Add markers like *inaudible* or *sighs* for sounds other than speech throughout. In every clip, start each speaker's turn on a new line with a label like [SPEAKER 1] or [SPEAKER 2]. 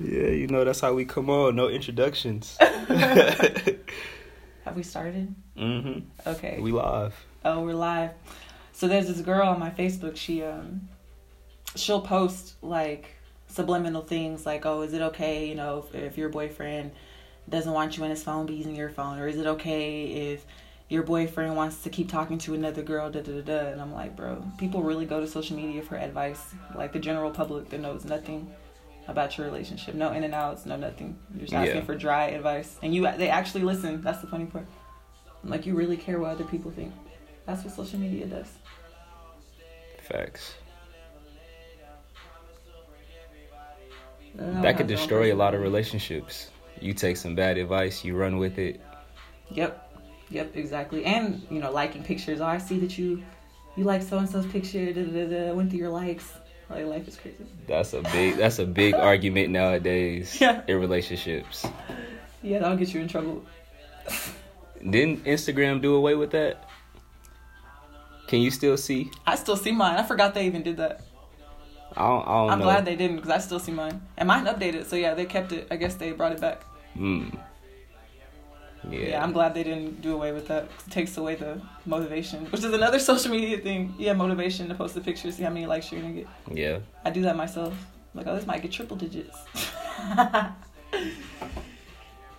[SPEAKER 1] Yeah, you know that's how we come on. No introductions.
[SPEAKER 2] *laughs* Have we started?
[SPEAKER 1] hmm
[SPEAKER 2] Okay.
[SPEAKER 1] We live.
[SPEAKER 2] oh, we're live. So there's this girl on my Facebook. She um, she'll post like subliminal things like, "Oh, is it okay? You know, if, if your boyfriend doesn't want you in his phone, be using your phone, or is it okay if your boyfriend wants to keep talking to another girl?" Da da da. da. And I'm like, bro, people really go to social media for advice. Like the general public that knows nothing about your relationship, no in and outs, no nothing. You're just asking
[SPEAKER 1] Yeah.
[SPEAKER 2] for dry advice, and you they actually listen. That's the funny part. Like you really care what other people think. That's what social media does.
[SPEAKER 1] Facts.
[SPEAKER 2] No,
[SPEAKER 1] That could
[SPEAKER 2] I don't
[SPEAKER 1] destroy a lot of
[SPEAKER 2] personally.
[SPEAKER 1] relationships. You take some bad advice, you run with it.
[SPEAKER 2] Yep, yep, exactly. And you know, liking pictures. Oh, I see that you you like so and so's picture. Da, da, da, da, went through your likes. Like life is crazy.
[SPEAKER 1] That's a big that's a
[SPEAKER 2] *laughs*
[SPEAKER 1] big argument nowadays
[SPEAKER 2] Yeah.
[SPEAKER 1] in relationships.
[SPEAKER 2] Yeah, that'll get you in trouble.
[SPEAKER 1] Didn't Instagram do away with that? Can you still see?
[SPEAKER 2] I still see mine. I forgot they even did that.
[SPEAKER 1] I don't, I don't
[SPEAKER 2] I'm
[SPEAKER 1] know.
[SPEAKER 2] glad they didn't because I still see mine. And mine updated, so yeah, they kept it. I guess they brought it back.
[SPEAKER 1] Mm.
[SPEAKER 2] Yeah,
[SPEAKER 1] Yeah.
[SPEAKER 2] I'm glad they didn't do away with that. 'cause it takes away the motivation, which is another *laughs* social media thing. Yeah, motivation to post the pictures, see how many likes you're gonna get.
[SPEAKER 1] yeah.
[SPEAKER 2] I do that myself. like, oh, this might get triple digits. *laughs*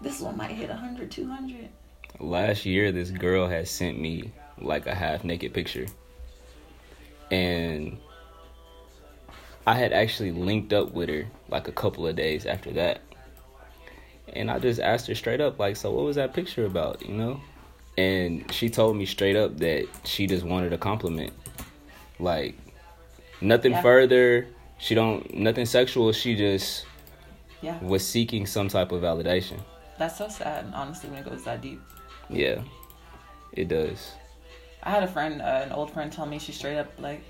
[SPEAKER 2] this one might hit 100, 200.
[SPEAKER 1] last year this girl had sent me like a half naked picture and i had actually linked up with her like a couple of days after that and i just asked her straight up like so what was that picture about you know and she told me straight up that she just wanted a compliment like nothing
[SPEAKER 2] Yeah.
[SPEAKER 1] further she don't nothing sexual she just
[SPEAKER 2] Yeah,
[SPEAKER 1] was seeking some type of validation
[SPEAKER 2] that's so sad, honestly, when it goes that deep.
[SPEAKER 1] yeah it does
[SPEAKER 2] I had a friend, uh, an old friend, tell me she straight up, like,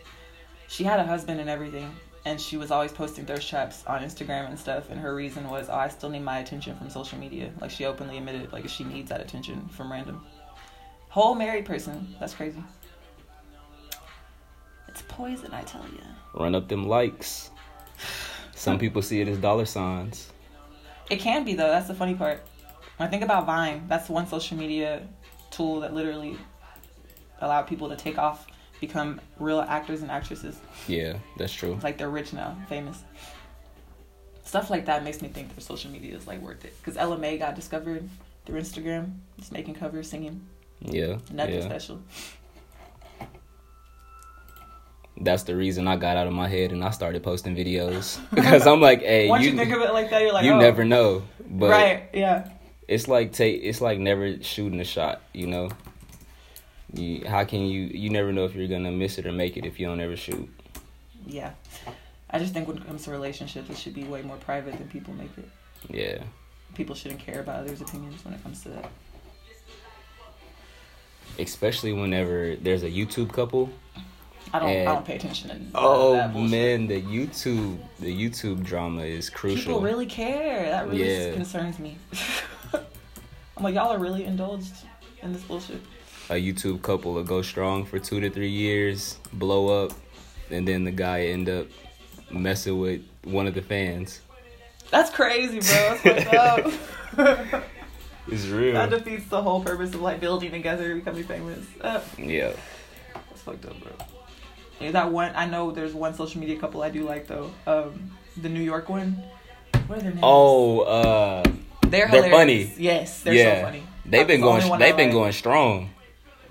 [SPEAKER 2] she had a husband and everything, and she was always posting thirst traps on Instagram and stuff, and her reason was, oh, I still need my attention from social media. Like, she openly admitted, like, she needs that attention from random. Whole married person. That's crazy. It's poison, I tell you.
[SPEAKER 1] run up them likes.
[SPEAKER 2] *laughs*
[SPEAKER 1] Some people see it as dollar signs.
[SPEAKER 2] It can be though. That's the funny part. When I think about Vine, that's one social media tool that literally allowed people to take off, become real actors and actresses.
[SPEAKER 1] Yeah, that's true.
[SPEAKER 2] Like they're rich now, famous. Stuff like that makes me think their social media is like worth it. Because LMA got discovered through Instagram, just making covers, singing,
[SPEAKER 1] Yeah, yeah.
[SPEAKER 2] nothing special.
[SPEAKER 1] That's the reason I got out of my head and I started posting
[SPEAKER 2] *laughs*
[SPEAKER 1] videos because I'm like, hey,
[SPEAKER 2] Once
[SPEAKER 1] you,
[SPEAKER 2] you, think of it like that, you're like,
[SPEAKER 1] you
[SPEAKER 2] oh,
[SPEAKER 1] never know. But
[SPEAKER 2] right? Yeah,
[SPEAKER 1] it's like take it's like never shooting a shot. You know, you, how can you you never know if you're gonna miss it or make it if you don't ever shoot.
[SPEAKER 2] yeah. I just think when it comes to relationships, it should be way more private than people make it.
[SPEAKER 1] Yeah,
[SPEAKER 2] People shouldn't care about others' opinions when it comes to that.
[SPEAKER 1] especially whenever there's a YouTube couple.
[SPEAKER 2] I don't.
[SPEAKER 1] And-
[SPEAKER 2] I don't pay attention to. none of
[SPEAKER 1] Oh
[SPEAKER 2] that bullshit.
[SPEAKER 1] man, the YouTube the YouTube drama is crucial.
[SPEAKER 2] people really care. That really
[SPEAKER 1] Yeah.
[SPEAKER 2] concerns me. *laughs* I'm like, y'all are really indulged in this bullshit.
[SPEAKER 1] a YouTube couple will go strong for two to three years, blow up, and then the guy end up messing with one of the fans.
[SPEAKER 2] That's crazy, bro.
[SPEAKER 1] *laughs*
[SPEAKER 2] It's fucked up.
[SPEAKER 1] It's
[SPEAKER 2] that
[SPEAKER 1] real.
[SPEAKER 2] defeats the whole purpose of like building together, becoming famous. Uh,
[SPEAKER 1] Yeah.
[SPEAKER 2] that's fucked up, bro. Yeah, that one. I know there's one social media couple I do like though. Um, the New York one. What are their names?
[SPEAKER 1] Oh, uh,
[SPEAKER 2] they're
[SPEAKER 1] they're
[SPEAKER 2] hilarious.
[SPEAKER 1] funny.
[SPEAKER 2] Yes, they're
[SPEAKER 1] Yeah.
[SPEAKER 2] so funny.
[SPEAKER 1] they've
[SPEAKER 2] That's
[SPEAKER 1] been
[SPEAKER 2] the
[SPEAKER 1] going.
[SPEAKER 2] only one I
[SPEAKER 1] They've been
[SPEAKER 2] like.
[SPEAKER 1] going strong.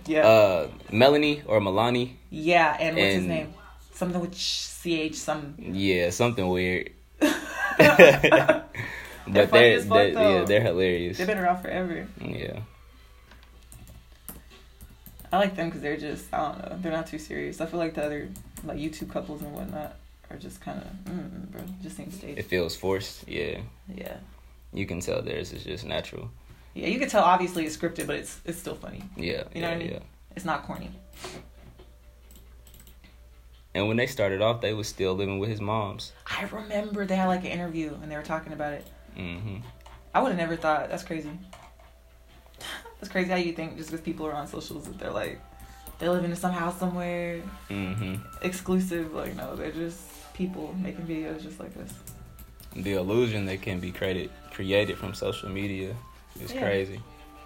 [SPEAKER 2] Yeah.
[SPEAKER 1] Uh, Melanie or Milani.
[SPEAKER 2] Yeah, and what's his
[SPEAKER 1] And-
[SPEAKER 2] name? Something with ch some.
[SPEAKER 1] Yeah, something
[SPEAKER 2] *laughs*
[SPEAKER 1] weird.
[SPEAKER 2] They've
[SPEAKER 1] But
[SPEAKER 2] funny
[SPEAKER 1] they're,
[SPEAKER 2] as fuck,
[SPEAKER 1] they're-
[SPEAKER 2] though.
[SPEAKER 1] yeah, they're hilarious.
[SPEAKER 2] been around forever.
[SPEAKER 1] Yeah.
[SPEAKER 2] I like them because they're just I don't know. They're not too serious. I feel like the other like YouTube couples and whatnot are just kind of mm, bro, just seem
[SPEAKER 1] It
[SPEAKER 2] staged.
[SPEAKER 1] feels forced. Yeah.
[SPEAKER 2] Yeah,
[SPEAKER 1] You can tell theirs is just natural.
[SPEAKER 2] yeah. You can tell obviously it's scripted, but it's it's still funny.
[SPEAKER 1] Yeah.
[SPEAKER 2] You
[SPEAKER 1] yeah,
[SPEAKER 2] know what I mean?
[SPEAKER 1] yeah.
[SPEAKER 2] It's not corny.
[SPEAKER 1] And when they started off, they was still living with his moms.
[SPEAKER 2] I remember they had like an interview and they were talking about it.
[SPEAKER 1] hmm
[SPEAKER 2] I would have never thought. That's crazy. *laughs* That's crazy how you think just because people are on socials that they're like they're living in some house somewhere.
[SPEAKER 1] hmm
[SPEAKER 2] Mm-hmm. exclusive. Like, no, they're just people making videos just like us.
[SPEAKER 1] the illusion that can be created created from social media is
[SPEAKER 2] Yeah.
[SPEAKER 1] crazy.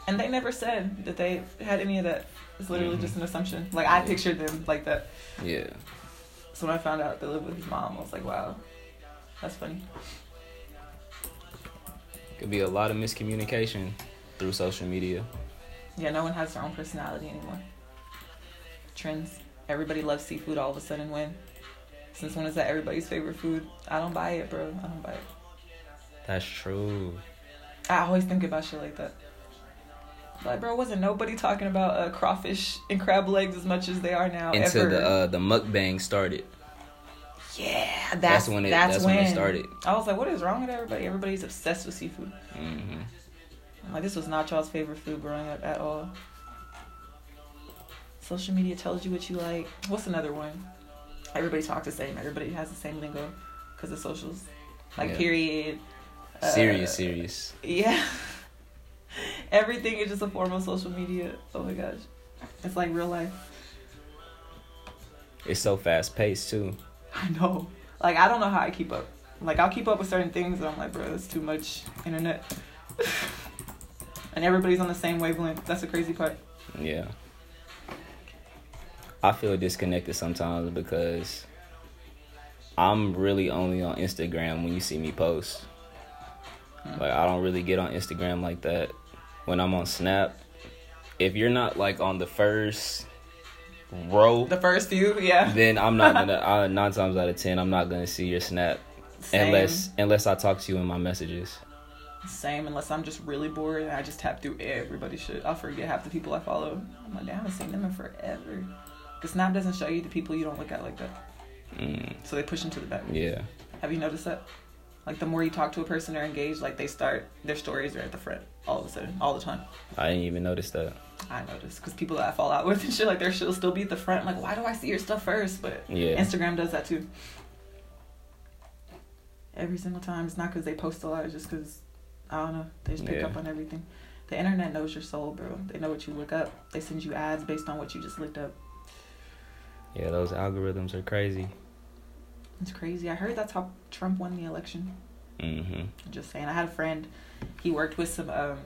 [SPEAKER 2] And they never said that they had any of that. It's literally
[SPEAKER 1] Mhm.
[SPEAKER 2] just an assumption. Like I
[SPEAKER 1] Yeah.
[SPEAKER 2] pictured them like that.
[SPEAKER 1] Yeah.
[SPEAKER 2] So when I found out they lived with his mom, I was like, wow, that's funny.
[SPEAKER 1] Could be a lot of miscommunication through social media.
[SPEAKER 2] Yeah, no one has their own personality anymore. Trends. Everybody loves seafood all of a sudden when. Since when is that everybody's favorite food? I don't buy it, bro. I don't buy it.
[SPEAKER 1] That's true.
[SPEAKER 2] I always think about shit like that. Like, bro, wasn't nobody talking about uh, crawfish and crab legs as much as they are now?
[SPEAKER 1] Until
[SPEAKER 2] ever.
[SPEAKER 1] the uh, the mukbang started.
[SPEAKER 2] yeah, that's,
[SPEAKER 1] That's, when it that's, when, it started.
[SPEAKER 2] I was like, what is wrong with everybody? Everybody's obsessed with seafood.
[SPEAKER 1] hmm
[SPEAKER 2] I'm like, this was not y'all's favorite food growing up at all. Social media tells you what you like. What's another one? Everybody talks the same. Everybody has the same lingo because of socials. Like,
[SPEAKER 1] Yeah.
[SPEAKER 2] period. uh,
[SPEAKER 1] serious, serious.
[SPEAKER 2] Yeah. *laughs* Everything is just a form of social media. Oh my gosh. It's like real life.
[SPEAKER 1] It's so fast paced too.
[SPEAKER 2] *laughs* I know. Like, I don't know how I keep up. Like, I'll keep up with certain things, and I'm like, bro, that's too much internet. *sighs* and everybody's on the same wavelength. That's the crazy part.
[SPEAKER 1] Yeah. I feel disconnected sometimes because I'm really only on Instagram when you see me post.
[SPEAKER 2] Hmm.
[SPEAKER 1] Like I don't really get on Instagram like that. When I'm on Snap, if you're not like on the first row,
[SPEAKER 2] The *laughs* first few, yeah.
[SPEAKER 1] then I'm not gonna. I, nine times out of ten, I'm not gonna see your Snap
[SPEAKER 2] Same.
[SPEAKER 1] unless unless I talk to you in my messages.
[SPEAKER 2] Same, unless I'm just really bored and I just tap through everybody's shit. I'll forget half the people I follow. I'm like, "Damn, I haven't seen them in forever. Because Snap doesn't show you the people you don't look at like that.
[SPEAKER 1] Mm,
[SPEAKER 2] So they push them to the back.
[SPEAKER 1] yeah,
[SPEAKER 2] Have you noticed that? Like, the more you talk to a person or engage, like, they start, their stories are at the front all of a sudden, all the time.
[SPEAKER 1] I didn't even notice that.
[SPEAKER 2] I notice because people that I fall out with and shit, like their shit will still be at the front. I'm like, why do I see your stuff first? But
[SPEAKER 1] Yeah,
[SPEAKER 2] Instagram does that too. Every single time, it's not because they post a lot. It's just because I don't know. They just pick
[SPEAKER 1] Yeah.
[SPEAKER 2] up on everything. The internet knows your soul, bro. They know what you look up. They send you ads based on what you just looked up.
[SPEAKER 1] yeah, those algorithms are crazy.
[SPEAKER 2] It's crazy. I heard that's how Trump won the election.
[SPEAKER 1] hmm
[SPEAKER 2] just saying i had a friend he worked with some um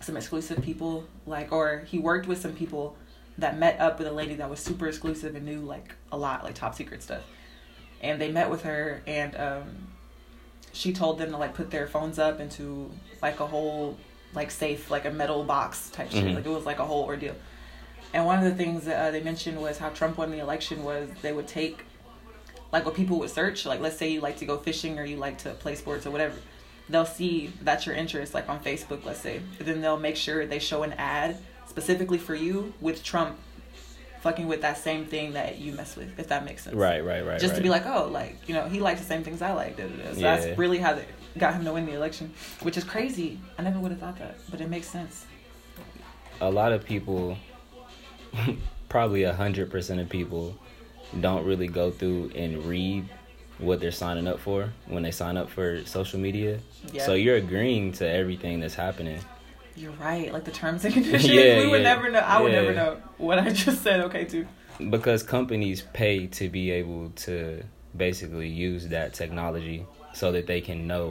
[SPEAKER 2] some exclusive people like or he worked with some people that met up with a lady that was super exclusive and knew like a lot like top secret stuff and they met with her and um she told them to like put their phones up into like a whole like safe like a metal box type shit
[SPEAKER 1] Mhm.
[SPEAKER 2] like it was like a whole ordeal and one of the things that uh, they mentioned was how trump won the election was they would take like what people would search like let's say you like to go fishing or you like to play sports or whatever they'll see that's your interest like on facebook let's say then they'll make sure they show an ad specifically for you with trump fucking with that same thing that you mess with if that makes sense
[SPEAKER 1] Right, right, right.
[SPEAKER 2] just
[SPEAKER 1] right.
[SPEAKER 2] to be like oh like you know he likes the same things i like da, da, da. so
[SPEAKER 1] Yeah.
[SPEAKER 2] that's really how they got him to win the election which is crazy i never would have thought that but it makes sense
[SPEAKER 1] a lot of people, *laughs* probably a hundred percent of people, don't really go through and read what they're signing up for when they sign up for social media.
[SPEAKER 2] yeah
[SPEAKER 1] So you're agreeing to everything that's happening.
[SPEAKER 2] you're right like the terms and *laughs* conditions
[SPEAKER 1] Yeah,
[SPEAKER 2] we would
[SPEAKER 1] yeah.
[SPEAKER 2] never know i would
[SPEAKER 1] Yeah.
[SPEAKER 2] never know what i just said okay to
[SPEAKER 1] because companies pay to be able to basically use that technology so that they can know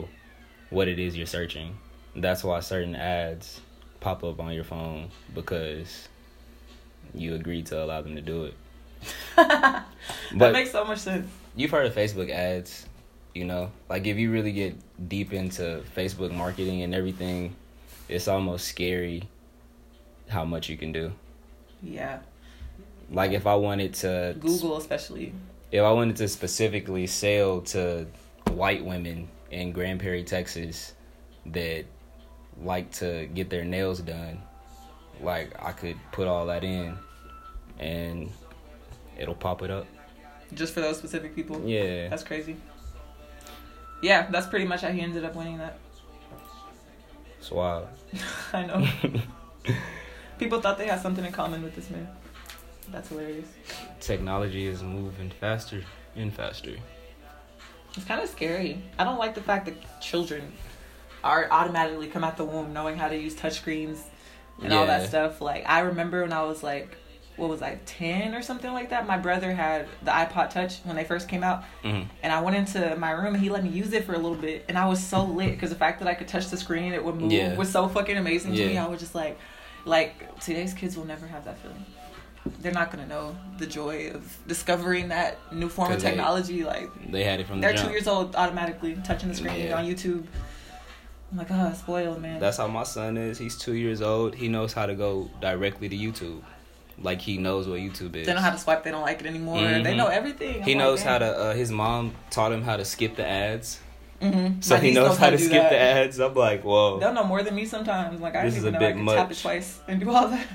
[SPEAKER 1] what it is you're searching. That's why certain ads pop up on your phone because you agreed to allow them to do
[SPEAKER 2] *laughs*
[SPEAKER 1] it.
[SPEAKER 2] that
[SPEAKER 1] but
[SPEAKER 2] makes so much sense
[SPEAKER 1] you've heard of Facebook ads, you know? Like if you really get deep into Facebook marketing and everything, it's almost scary how much you can do.
[SPEAKER 2] yeah
[SPEAKER 1] Like if I wanted to
[SPEAKER 2] google especially
[SPEAKER 1] if I wanted to specifically sell to white women in Grand Prairie, Texas, that like to get their nails done, like I could put all that in, and it'll pop it up.
[SPEAKER 2] just for those specific people
[SPEAKER 1] Yeah,
[SPEAKER 2] that's crazy yeah that's pretty much how he ended up winning that *laughs*
[SPEAKER 1] it's wild.
[SPEAKER 2] i
[SPEAKER 1] *laughs*
[SPEAKER 2] know people thought they had something in common with this man that's hilarious
[SPEAKER 1] Technology is moving faster and faster.
[SPEAKER 2] It's kind of scary. I don't like the fact that children are automatically come out the womb knowing how to use touchscreens and all that
[SPEAKER 1] Yeah.
[SPEAKER 2] stuff. Like I remember when I was like what was I, 10 or something like that. My brother had the iPod Touch when they first came out.
[SPEAKER 1] Mhm.
[SPEAKER 2] And I went into my room and he let me use it for a little bit. And I was so lit because the fact that I could touch the screen, it would move,
[SPEAKER 1] Yeah.
[SPEAKER 2] was so fucking amazing to me.
[SPEAKER 1] Yeah.
[SPEAKER 2] I was just like, like, today's kids will never have that feeling. They're not going to know the joy of discovering that new form of
[SPEAKER 1] 'Cause they-
[SPEAKER 2] technology. Like,
[SPEAKER 1] They had it from the
[SPEAKER 2] they're
[SPEAKER 1] jump.
[SPEAKER 2] two years old automatically touching the screen
[SPEAKER 1] Yeah.
[SPEAKER 2] on YouTube. I'm like, oh, spoiled, man.
[SPEAKER 1] That's how my son is. He's two years old. He knows how to go directly to YouTube. Like he knows what YouTube is.
[SPEAKER 2] they don't have to swipe. They don't like it anymore. They
[SPEAKER 1] Mhm.
[SPEAKER 2] know everything. I'm
[SPEAKER 1] he
[SPEAKER 2] like,
[SPEAKER 1] knows
[SPEAKER 2] "Damn."
[SPEAKER 1] how to. Uh, his mom taught him how to skip the ads,
[SPEAKER 2] Mm-hmm.
[SPEAKER 1] so he knows how to skip the ads. I'm like,
[SPEAKER 2] They'll
[SPEAKER 1] whoa!
[SPEAKER 2] know more than me sometimes. Like I
[SPEAKER 1] This is
[SPEAKER 2] didn't even
[SPEAKER 1] a
[SPEAKER 2] know I
[SPEAKER 1] bit
[SPEAKER 2] could tap it
[SPEAKER 1] much.
[SPEAKER 2] twice and do all that.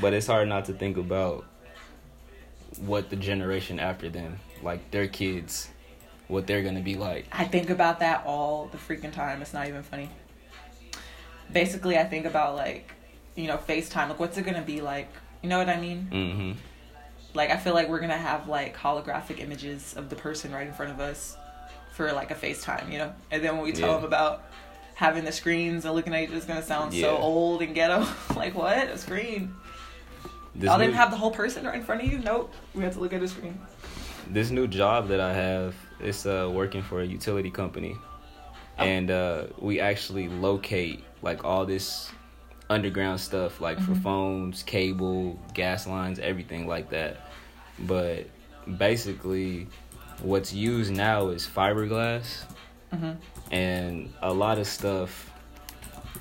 [SPEAKER 1] But it's hard not to think about what the generation after them, like their kids, what they're gonna be like.
[SPEAKER 2] I think about that all the freaking time. It's not even funny. Basically, I think about like, you know, FaceTime. Like, what's it gonna be like? You know what I mean?
[SPEAKER 1] Mm-hmm.
[SPEAKER 2] Like, I feel like we're gonna have like holographic images of the person right in front of us for like a FaceTime. You know, and then when we tell
[SPEAKER 1] Yeah.
[SPEAKER 2] them about having the screens and looking at each other, it's gonna sound
[SPEAKER 1] Yeah.
[SPEAKER 2] so old and ghetto. *laughs* like, what a screen?
[SPEAKER 1] This
[SPEAKER 2] Y'all
[SPEAKER 1] new-
[SPEAKER 2] didn't have the whole person right in front of you? Nope. We have to look at the screen.
[SPEAKER 1] this new job that I have, it's uh, working for a utility company, and uh, we actually locate like all this underground stuff, like for phones, cable, gas lines, everything like that. But basically, what's used now is fiberglass,
[SPEAKER 2] Mhm.
[SPEAKER 1] and a lot of stuff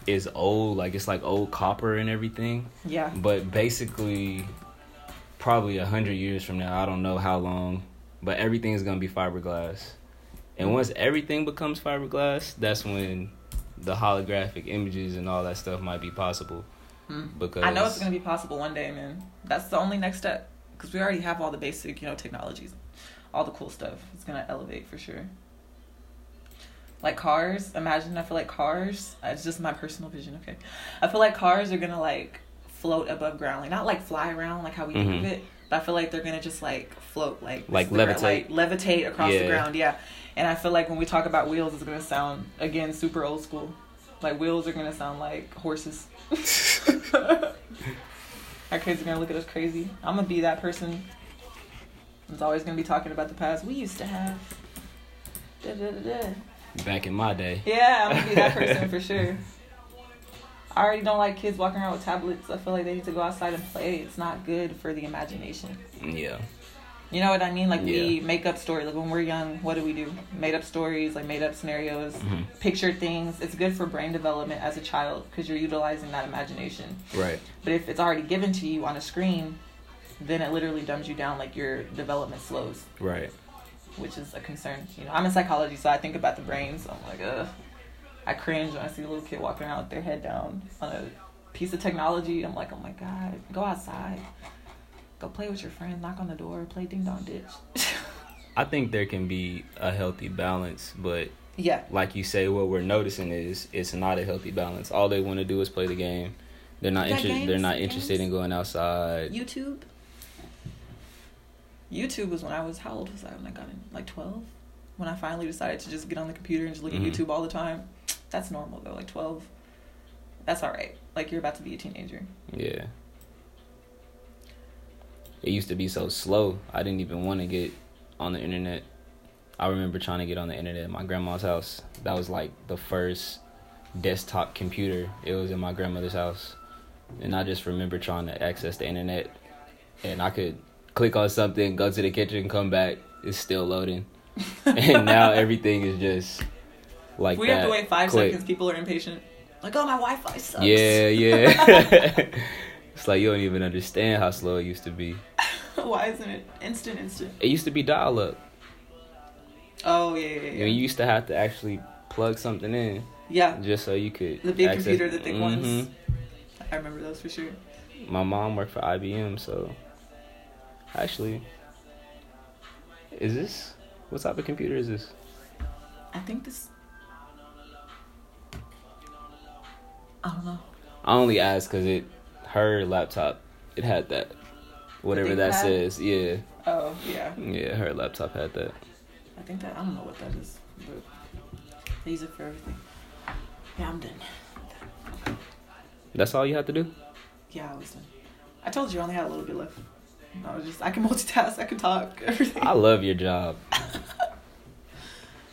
[SPEAKER 1] is old, like it's like old copper and everything
[SPEAKER 2] Yeah.
[SPEAKER 1] but basically probably a hundred years from now i don't know how long but everything's gonna be fiberglass and once everything becomes fiberglass that's when the holographic images and all that stuff might be possible
[SPEAKER 2] Mm.
[SPEAKER 1] because
[SPEAKER 2] I know it's gonna be possible one day, man. That's the only next step because we already have all the basic, you know, technologies, all the cool stuff. It's gonna elevate for sure. Like cars, imagine. I feel like cars. uh, It's just my personal vision. Okay, I feel like cars are gonna like float above ground, like not like fly around like how we think of
[SPEAKER 1] Mhm.
[SPEAKER 2] it, but I feel like they're gonna just like float, like
[SPEAKER 1] Like
[SPEAKER 2] this is the gra-
[SPEAKER 1] levitate.
[SPEAKER 2] like, levitate across the
[SPEAKER 1] Yeah.
[SPEAKER 2] ground. Yeah, and I feel like when we talk about wheels, it's gonna sound again super old school. Like wheels are gonna sound like horses. Our kids are gonna look at us crazy. I'm gonna be that person. that's always gonna be talking about the past we used to have. Da, da, da, da.
[SPEAKER 1] back in my day
[SPEAKER 2] Yeah, I'm gonna be that person for sure. I already don't like kids walking around with tablets. I feel like they need to go outside and play. It's not good for the imagination.
[SPEAKER 1] yeah *laughs*
[SPEAKER 2] You know what I mean? Like we
[SPEAKER 1] Yeah.
[SPEAKER 2] make up stories. Like when we're young, what do we do? Made up stories, like made up scenarios,
[SPEAKER 1] Mhm.
[SPEAKER 2] picture things. It's good for brain development as a child because you're utilizing that imagination.
[SPEAKER 1] right
[SPEAKER 2] But if it's already given to you on a screen, then it literally dumbs you down. Like your development slows,
[SPEAKER 1] right
[SPEAKER 2] which is a concern. You know, I'm in psychology, so I think about the brain. So I'm like, ugh. I cringe when I see a little kid walking around with their head down on a piece of technology. I'm like, oh my god, go outside, go play with your friends, knock on the door, play ding dong ditch. *laughs*
[SPEAKER 1] i think there can be a healthy balance but
[SPEAKER 2] yeah,
[SPEAKER 1] like you say what we're noticing is it's not a healthy balance all they want to do is play the game they're not
[SPEAKER 2] Yeah,
[SPEAKER 1] interested they're
[SPEAKER 2] games,
[SPEAKER 1] not interested
[SPEAKER 2] games.
[SPEAKER 1] in going outside
[SPEAKER 2] YouTube. YouTube was when I was how old was I when I got in? Like twelve? When I finally decided to just get on the computer and just look
[SPEAKER 1] Mhm.
[SPEAKER 2] at YouTube all the time. That's normal though, like twelve. That's alright. Like you're about to be a teenager.
[SPEAKER 1] Yeah. It used to be so slow. I didn't even want to get on the internet. I remember trying to get on the internet at my grandma's house. That was like the first desktop computer. It was in my grandmother's house. And I just remember trying to access the internet. And I could click on something, go to the kitchen, come back. It's still
[SPEAKER 2] *laughs*
[SPEAKER 1] loading. and now everything is just like
[SPEAKER 2] we
[SPEAKER 1] that.
[SPEAKER 2] have to wait five
[SPEAKER 1] quick.
[SPEAKER 2] seconds, people are impatient. Like, oh my Wi Fi sucks.
[SPEAKER 1] Yeah, yeah. *laughs* it's like you don't even understand how slow it used to be.
[SPEAKER 2] *laughs* Why isn't it instant instant?
[SPEAKER 1] It used to be dial up.
[SPEAKER 2] Oh yeah, yeah, yeah.
[SPEAKER 1] You used to have to actually plug something in
[SPEAKER 2] yeah.
[SPEAKER 1] just so you could.
[SPEAKER 2] The big
[SPEAKER 1] access-
[SPEAKER 2] computer, the thick ones.
[SPEAKER 1] Mhm.
[SPEAKER 2] I remember those for sure.
[SPEAKER 1] My mom worked for IBM, so actually, is this what type of computer is this?
[SPEAKER 2] I think this I don't know.
[SPEAKER 1] I only asked because it her laptop it had that. Whatever that
[SPEAKER 2] ThinkPad?
[SPEAKER 1] says, yeah,
[SPEAKER 2] Oh yeah.
[SPEAKER 1] yeah, her laptop had that.
[SPEAKER 2] I think that I don't know what that is, but they use it for everything. Yeah, I'm done.
[SPEAKER 1] That's all you have to do.
[SPEAKER 2] Yeah, I was done. I told you I only had a little bit left. I was just I can *laughs* multitask, I can talk, *laughs* everything.
[SPEAKER 1] I love your job.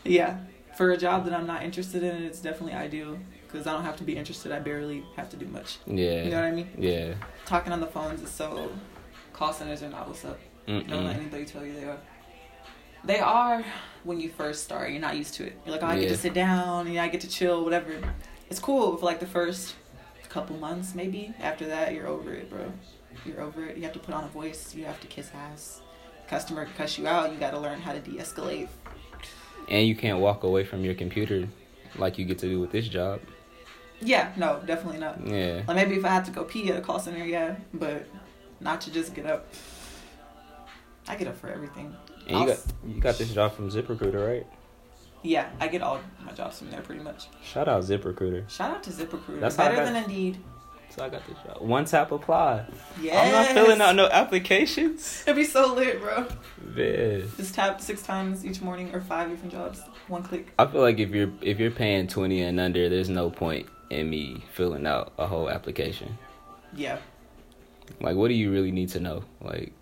[SPEAKER 2] yeah, for a job that I'm not interested in, it's definitely ideal because I don't have to be interested. I barely have to do much.
[SPEAKER 1] Yeah.
[SPEAKER 2] You know what I mean?
[SPEAKER 1] Yeah.
[SPEAKER 2] Talking on the phones is so. Call centers are not what's up. Don't let
[SPEAKER 1] Mm-mm.
[SPEAKER 2] anybody tell you they are. They are when you first start. You're not used to it. You're like, oh, I get
[SPEAKER 1] Yeah.
[SPEAKER 2] to sit down. You know, I get to chill. Whatever. It's cool for like the first couple months, maybe. After that, you're over it, bro. You're over it. You have to put on a voice. You have to kiss ass. Customer can cuss you out. You got to learn how to de-escalate.
[SPEAKER 1] And you can't walk away from your computer like you get to do with this job.
[SPEAKER 2] Yeah, no, definitely not.
[SPEAKER 1] Yeah.
[SPEAKER 2] Like maybe if I had to go pee at a call center, yeah, but not to just get up. I get up for everything.
[SPEAKER 1] And you got you got this job from ZipRecruiter, right?
[SPEAKER 2] Yeah, I get all my jobs from there pretty much.
[SPEAKER 1] Shout out ZipRecruiter.
[SPEAKER 2] Shout out to ZipRecruiter.
[SPEAKER 1] That's how I
[SPEAKER 2] Better
[SPEAKER 1] got-
[SPEAKER 2] than Indeed.
[SPEAKER 1] So I got this job. One tap apply.
[SPEAKER 2] Yes.
[SPEAKER 1] I'm not filling out no applications.
[SPEAKER 2] It'd be so lit, bro.
[SPEAKER 1] Yeah.
[SPEAKER 2] Just tap six times each morning or five different jobs. One click.
[SPEAKER 1] I feel like if you're if you're paying twenty and under, there's no point in me filling out a whole application.
[SPEAKER 2] Yeah.
[SPEAKER 1] Like, what do you really need to know? Like,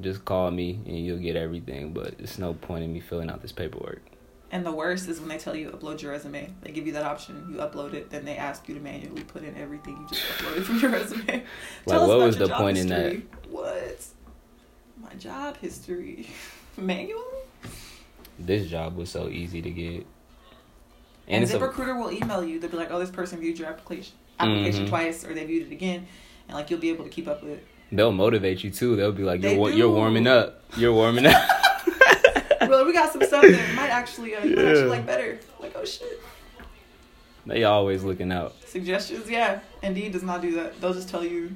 [SPEAKER 1] just call me and you'll get everything. But it's no point in me filling out this paperwork.
[SPEAKER 2] And the worst is when they tell you upload your resume. They give you that option. You upload it, then they ask you to manually put in everything you just uploaded from your resume. *laughs* like,
[SPEAKER 1] Like, what was the point in that?
[SPEAKER 2] What? My job history. *laughs* Manually?
[SPEAKER 1] This job was so easy to get. And,
[SPEAKER 2] And,
[SPEAKER 1] it's a,
[SPEAKER 2] ZipRecruiter will email you. They'll be like, oh, this person viewed your application application
[SPEAKER 1] Mhm.
[SPEAKER 2] twice, or they viewed it again. And like you'll be able to keep up with it.
[SPEAKER 1] they'll motivate you too. They'll be like, you're
[SPEAKER 2] They
[SPEAKER 1] wa- you're
[SPEAKER 2] do.
[SPEAKER 1] warming up. You're warming *laughs* up.
[SPEAKER 2] well, we got some stuff that might actually, uh, you might
[SPEAKER 1] Yeah.
[SPEAKER 2] actually like better. Like, oh shit.
[SPEAKER 1] they always looking out.
[SPEAKER 2] Suggestions, yeah. Indeed does not do that. They'll just tell you,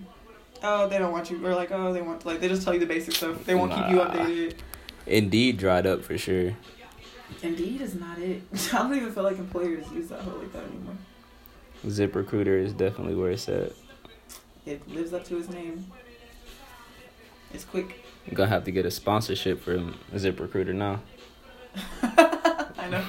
[SPEAKER 2] oh, they don't want you, or like, oh, they want, like, they just tell you the basic stuff. They won't keep you
[SPEAKER 1] Nah.
[SPEAKER 2] updated.
[SPEAKER 1] Indeed dried up for sure.
[SPEAKER 2] Indeed is not it. *laughs* I don't even feel like employers use that whole like that anymore.
[SPEAKER 1] ZipRecruiter is definitely where it's at.
[SPEAKER 2] It lives up to its name. It's quick. *laughs*
[SPEAKER 1] I'm gonna have to get a sponsorship from ZipRecruiter now.
[SPEAKER 2] I know.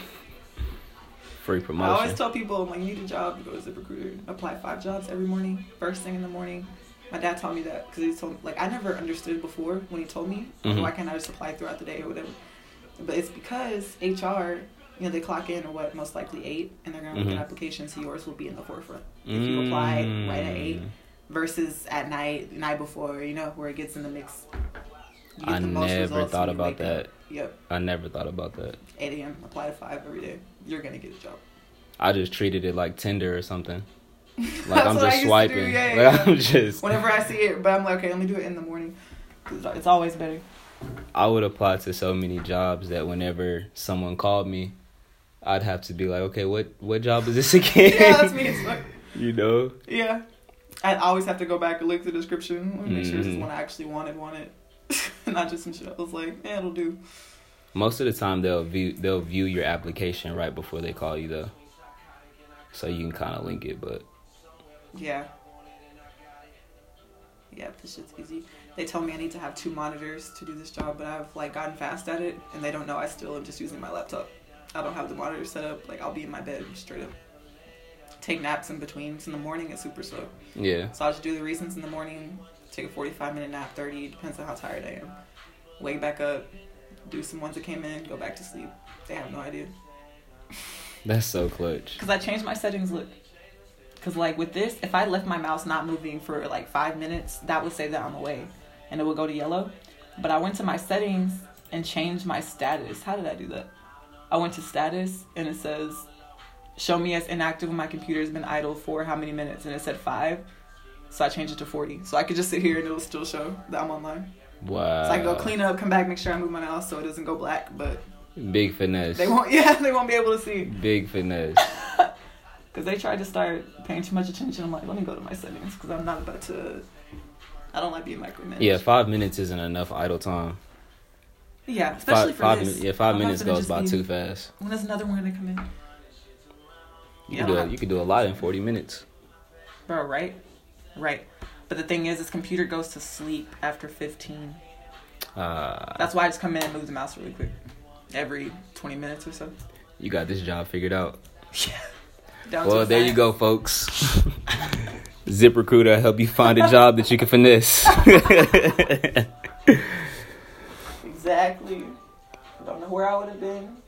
[SPEAKER 1] Free
[SPEAKER 2] I always
[SPEAKER 1] promotion.
[SPEAKER 2] tell people, I'm like, you need a job, you go to ZipRecruiter. Apply five jobs every morning, first thing in the morning. My dad taught me that because he told me, like, I never understood before when he told me, like,
[SPEAKER 1] Mhm.
[SPEAKER 2] why can't I just apply throughout the day or whatever? But it's because HR, you know, they clock in or what, most likely eight, and they're going to look
[SPEAKER 1] Mhm.
[SPEAKER 2] at applications, so yours will be in the forefront if you apply right at eight. versus at night, night before, you know, where it gets in the mix. You
[SPEAKER 1] Mm, I never
[SPEAKER 2] results
[SPEAKER 1] thought
[SPEAKER 2] when you
[SPEAKER 1] about
[SPEAKER 2] wake up.
[SPEAKER 1] that.
[SPEAKER 2] Yep,
[SPEAKER 1] I never thought about that.
[SPEAKER 2] 8 a.m., apply to 5 every day. You're going to get a job.
[SPEAKER 1] I just treated it like Tinder or
[SPEAKER 2] *laughs*
[SPEAKER 1] something. Like
[SPEAKER 2] That's
[SPEAKER 1] I'm just
[SPEAKER 2] what I used to do,
[SPEAKER 1] swiping.
[SPEAKER 2] yeah,
[SPEAKER 1] Like
[SPEAKER 2] yeah.
[SPEAKER 1] I'm just.
[SPEAKER 2] whenever I see it. But I'm like, okay, let me do it in the morning. 'Cause It's always better.
[SPEAKER 1] I would apply to so many jobs that whenever someone called me, I'd have to be like, okay, what what job is this *laughs* again?
[SPEAKER 2] Yeah, that's me. It's like,
[SPEAKER 1] you know.
[SPEAKER 2] yeah. I always have to go back and look at the description and make sure this is
[SPEAKER 1] Mhm.
[SPEAKER 2] one I actually wanted, wanted. *laughs* Not just some shit. I was like, yeah, it'll do.
[SPEAKER 1] Most of the time they'll view they'll view your application right before they call you though, so you can kind of link it. But
[SPEAKER 2] Yeah. Yeah, this shit's easy. They told me I need to have two monitors to do this job, but I've like gotten fast at it, and they don't know I still am just using my laptop. I don't have the monitor set up. Like I'll be in my bed straight up. Take naps in between. So in the morning it's super slow.
[SPEAKER 1] yeah,
[SPEAKER 2] So I just do the reasons in the morning, take a 45 minute nap, 30, depends on how tired I am. Wake back up, do some ones that came in, go back to sleep. They have no idea.
[SPEAKER 1] that's so clutch.
[SPEAKER 2] Because I changed my settings, look. Because, like, with this, if I left my mouse not moving for like five minutes, that would say that I'm away and it would go to yellow. But I went to my settings and changed my status. How did I do that? I went to status and it says, show me as inactive when my computer has been idle for how many minutes? And it said five. So I changed it to 40. So I could just sit here and it'll still show that I'm online.
[SPEAKER 1] Wow.
[SPEAKER 2] So I can go clean up, come back, make sure I move my mouse so it doesn't go black. But
[SPEAKER 1] Big finesse.
[SPEAKER 2] they won't, *laughs* yeah, they won't be able to see.
[SPEAKER 1] Big finesse.
[SPEAKER 2] Because they tried to start paying too much attention. I'm like, let me go to my settings because I'm not about to. I don't like being micromanaged.
[SPEAKER 1] Yeah, five minutes isn't enough idle time.
[SPEAKER 2] Yeah, especially
[SPEAKER 1] Five,
[SPEAKER 2] for
[SPEAKER 1] five
[SPEAKER 2] this.
[SPEAKER 1] minutes. Yeah, five
[SPEAKER 2] I'm not
[SPEAKER 1] minutes
[SPEAKER 2] gonna
[SPEAKER 1] goes
[SPEAKER 2] just
[SPEAKER 1] by
[SPEAKER 2] be-
[SPEAKER 1] too fast.
[SPEAKER 2] When is another one gonna come in?
[SPEAKER 1] You
[SPEAKER 2] Yeah.
[SPEAKER 1] can do a, you can do a lot in forty minutes.
[SPEAKER 2] Bro, right? Right. But the thing is, this computer goes to sleep after 15.
[SPEAKER 1] Uh,
[SPEAKER 2] That's why I just come in and move the mouse really quick. Every 20 minutes or so.
[SPEAKER 1] you got this job figured out.
[SPEAKER 2] Down to
[SPEAKER 1] Well,
[SPEAKER 2] a
[SPEAKER 1] there you
[SPEAKER 2] science.
[SPEAKER 1] go, folks. *laughs* ZipRecruiter will help you find a job that you can
[SPEAKER 2] *laughs*
[SPEAKER 1] finesse. *laughs*
[SPEAKER 2] Exactly. Don't know where I would have been